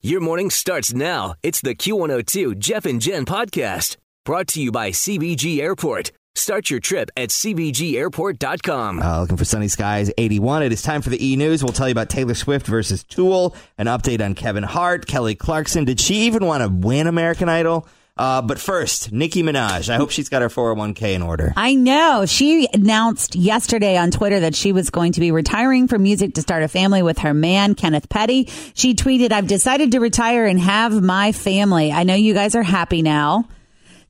Your morning starts now. It's the Q102 Jeff and Jen podcast brought to you by CBG Airport. Start your trip at CBGAirport.com. Uh, looking for sunny skies 81. It is time for the E News. We'll tell you about Taylor Swift versus Tool, an update on Kevin Hart, Kelly Clarkson. Did she even want to win American Idol? Uh, but first, Nicki Minaj. I hope she's got her 401k in order. I know. She announced yesterday on Twitter that she was going to be retiring from music to start a family with her man, Kenneth Petty. She tweeted, I've decided to retire and have my family. I know you guys are happy now.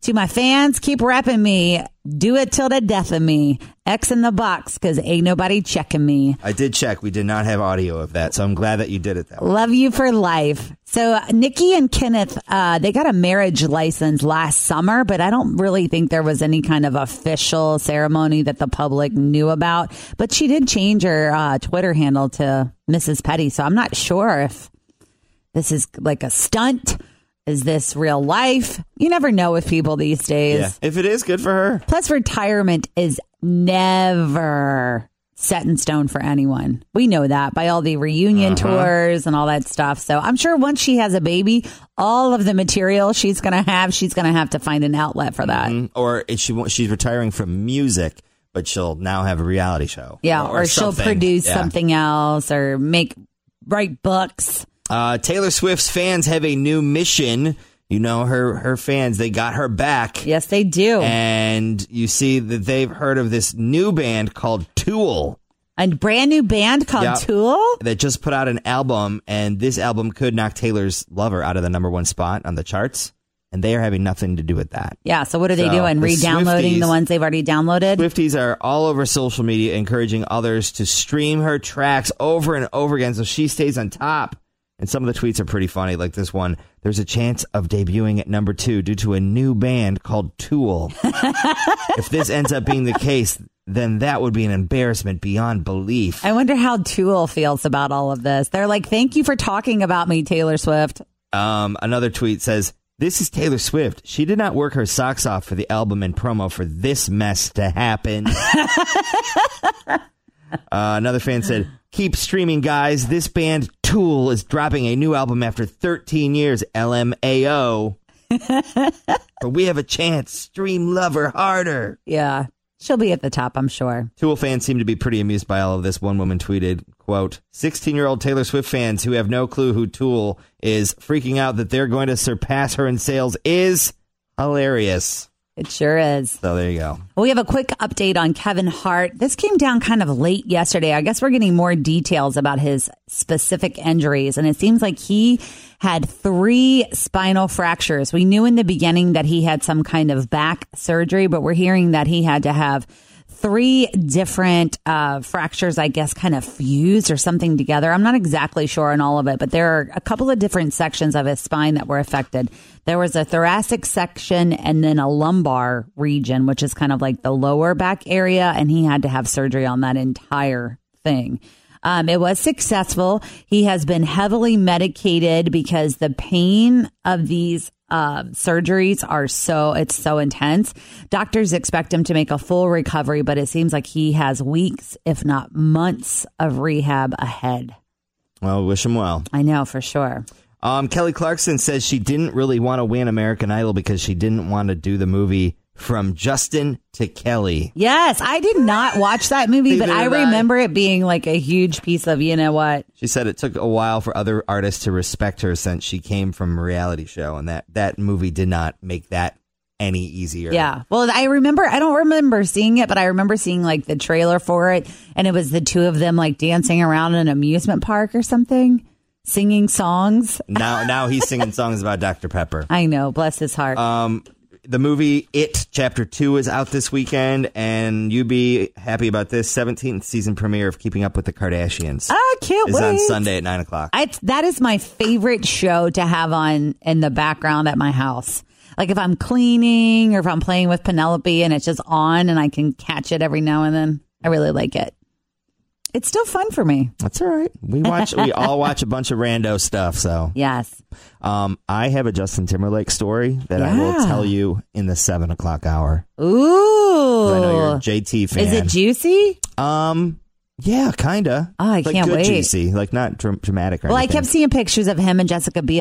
To my fans, keep rapping me. Do it till the death of me. X in the box, because ain't nobody checking me. I did check. We did not have audio of that, so I'm glad that you did it that way. Love you for life. So uh, Nikki and Kenneth, uh, they got a marriage license last summer, but I don't really think there was any kind of official ceremony that the public knew about. But she did change her uh, Twitter handle to Mrs. Petty, so I'm not sure if this is like a stunt. Is this real life? You never know with people these days. Yeah. If it is, good for her. Plus, retirement is never set in stone for anyone. We know that by all the reunion Uh-huh. tours and all that stuff. So I'm sure once she has a baby, all of the material she's going to have, she's going to have to find an outlet for Mm-hmm. that. Or if she won't- she's retiring from music, but she'll now have a reality show. Yeah. Or, she'll something. produce Yeah. something else or make, write books. Uh, Taylor Swift's fans have a new mission. You know her her fans. They got her back. Yes, they do. and you see that they've heard of this new band called Tool a brand new band called Yeah. Tool. that just put out an album, and this album could knock Taylor's Lover out of the number one spot on the charts, and they are having nothing to do with that. Yeah. So what are they So, doing? the Redownloading Swifties- the ones they've already downloaded? Swifties are all over social media encouraging others to stream her tracks over and over again so she stays on top. And some of the tweets are pretty funny, like this one. There's a chance of debuting at number two due to a new band called Tool. if this ends up being the case, then that would be an embarrassment beyond belief. I wonder how Tool feels about all of this. They're like, thank you for talking about me, Taylor Swift. Um, another tweet says, This is Taylor Swift. She did not work her socks off for the album and promo for this mess to happen. uh, another fan said, Keep streaming, guys. This band Tool is dropping a new album after 13 years. LMAO. but we have a chance. Stream lover harder. Yeah. She'll be at the top, I'm sure. Tool fans seem to be pretty amused by all of this. One woman tweeted, quote, 16 year old Taylor Swift fans who have no clue who Tool is freaking out that they're going to surpass her in sales is hilarious. It sure is. So there you go. We have a quick update on Kevin Hart. This came down kind of late yesterday. I guess we're getting more details about his specific injuries, and it seems like he had three spinal fractures. We knew in the beginning that he had some kind of back surgery, but we're hearing that he had to have three different uh, fractures, I guess, kind of fused or something together. I'm not exactly sure on all of it, but there are a couple of different sections of his spine that were affected. There was a thoracic section and then a lumbar region, which is kind of like the lower back area, and he had to have surgery on that entire thing. Um, it was successful. He has been heavily medicated because the pain of these uh, surgeries are so it's so intense. Doctors expect him to make a full recovery, but it seems like he has weeks, if not months, of rehab ahead. Well, wish him well. I know for sure. Um, Kelly Clarkson says she didn't really want to win American Idol because she didn't want to do the movie From Justin to Kelly. Yes, I did not watch that movie, but Neither I did I. remember it being like a huge piece of you know what. She said it took a while for other artists to respect her since she came from a reality show, and that, that movie did not make that any easier. Yeah. Well, I remember, I don't remember seeing it, but I remember seeing like the trailer for it. And it was the two of them like dancing around in an amusement park or something, singing songs. Now, now he's singing songs about Dr. Pepper. I know. Bless his heart. Uh, The movie It Chapter Two is out this weekend, and you be happy about this. Seventeenth season premiere of Keeping Up with the Kardashians I can't is Oh, wait. on Sunday at nine o'clock. I, that is my favorite show to have on in the background at my house. Like if I'm cleaning or if I'm playing with Penelope and it's just on and I can catch it every now and then, I really like it. It's still fun for me. That's all right. We watch. we all watch a bunch of rando stuff. So, Yes. um, I have a Justin Timberlake story that I will Yeah. tell you in the seven o'clock hour. Ooh. I know you're a JT fan. Is it juicy? Um, Yeah, kinda. Oh, I like can't good wait. Juicy, like not dr- dramatic. Or Well, I anything. kept seeing pictures of him and Jessica Biel.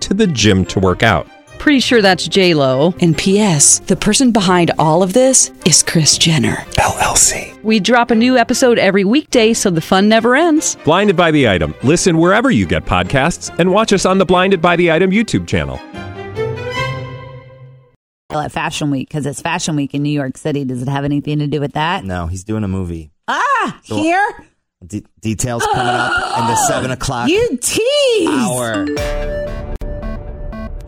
to the gym to work out. Pretty sure that's J Lo. And P.S. The person behind all of this is Chris Jenner. LLC. We drop a new episode every weekday, so the fun never ends. Blinded by the item. Listen wherever you get podcasts, and watch us on the Blinded by the Item YouTube channel. at Fashion Week because it's Fashion Week in New York City. Does it have anything to do with that? No, he's doing a movie. Ah, here De- details coming up in the seven o'clock you tease. hour.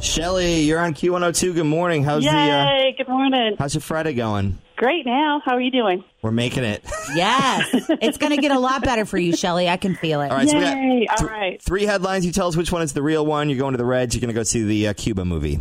Shelly, you're on Q102. Good morning. How's the uh, Yay, good morning. how's your Friday going? Great now. How are you doing? We're making it. Yes, it's going to get a lot better for you, Shelly. I can feel it. All right, so we got Yay, all th- right. three headlines. You tell us which one is the real one. You're going to the Reds. You're going to go see the uh, Cuba movie.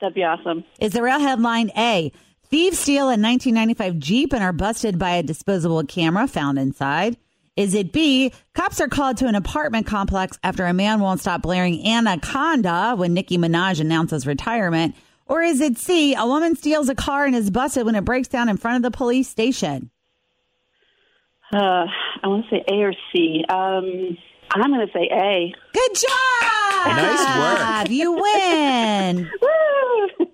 That'd be awesome. Is the real headline A? Thieves steal a 1995 Jeep and are busted by a disposable camera found inside. Is it B? Cops are called to an apartment complex after a man won't stop blaring Anaconda when Nicki Minaj announces retirement. Or is it C? A woman steals a car and is busted when it breaks down in front of the police station. Uh, I want to say A or C. Um, I'm going to say A. Good job! Nice work. You win. Woo!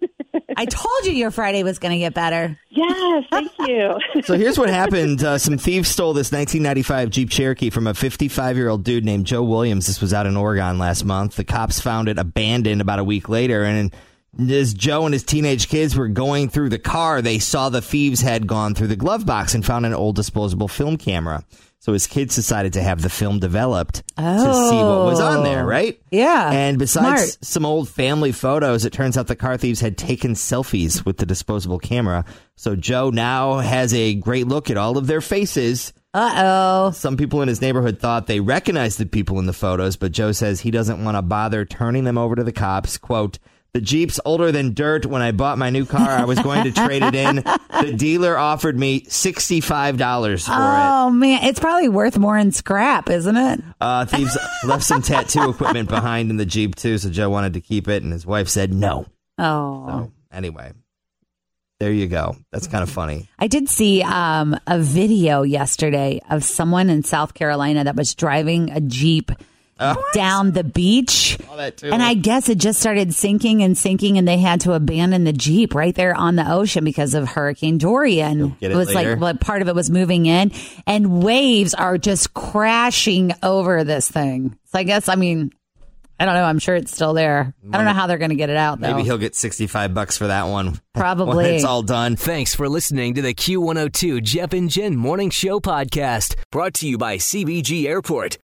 I told you your Friday was going to get better. yes, thank you. So here's what happened. Uh, some thieves stole this 1995 Jeep Cherokee from a 55 year old dude named Joe Williams. This was out in Oregon last month. The cops found it abandoned about a week later. And as Joe and his teenage kids were going through the car, they saw the thieves had gone through the glove box and found an old disposable film camera. So his kids decided to have the film developed to see what was on there, right? Yeah. And besides Smart. some old family photos, it turns out the car thieves had taken selfies with the disposable camera. So Joe now has a great look at all of their faces. Uh oh. Some people in his neighborhood thought they recognized the people in the photos, but Joe says he doesn't want to bother turning them over to the cops. Quote, the Jeep's older than dirt. When I bought my new car, I was going to trade it in. The dealer offered me $65 for it. Oh man, it's probably worth more in scrap, isn't it? Uh, thieves left some tattoo equipment behind in the Jeep, too, so Joe wanted to keep it, and his wife said no. Oh. So, anyway, there you go. That's kind of funny. I did see um, a video yesterday of someone in South Carolina that was driving a Jeep down the beach. Uh. Oh, that too. And I guess it just started sinking and sinking, and they had to abandon the Jeep right there on the ocean because of Hurricane Dorian. get it was later. like what part of it was moving in, and waves are just crashing over this thing. So I guess, I mean, I don't know. I'm sure it's still there. I don't know how they're going to get it out, though. Maybe he'll get 65 bucks for that one. when Probably. it's all done. Thanks for listening to the Q102 Jeff and Jen Morning Show podcast brought to you by CBG Airport.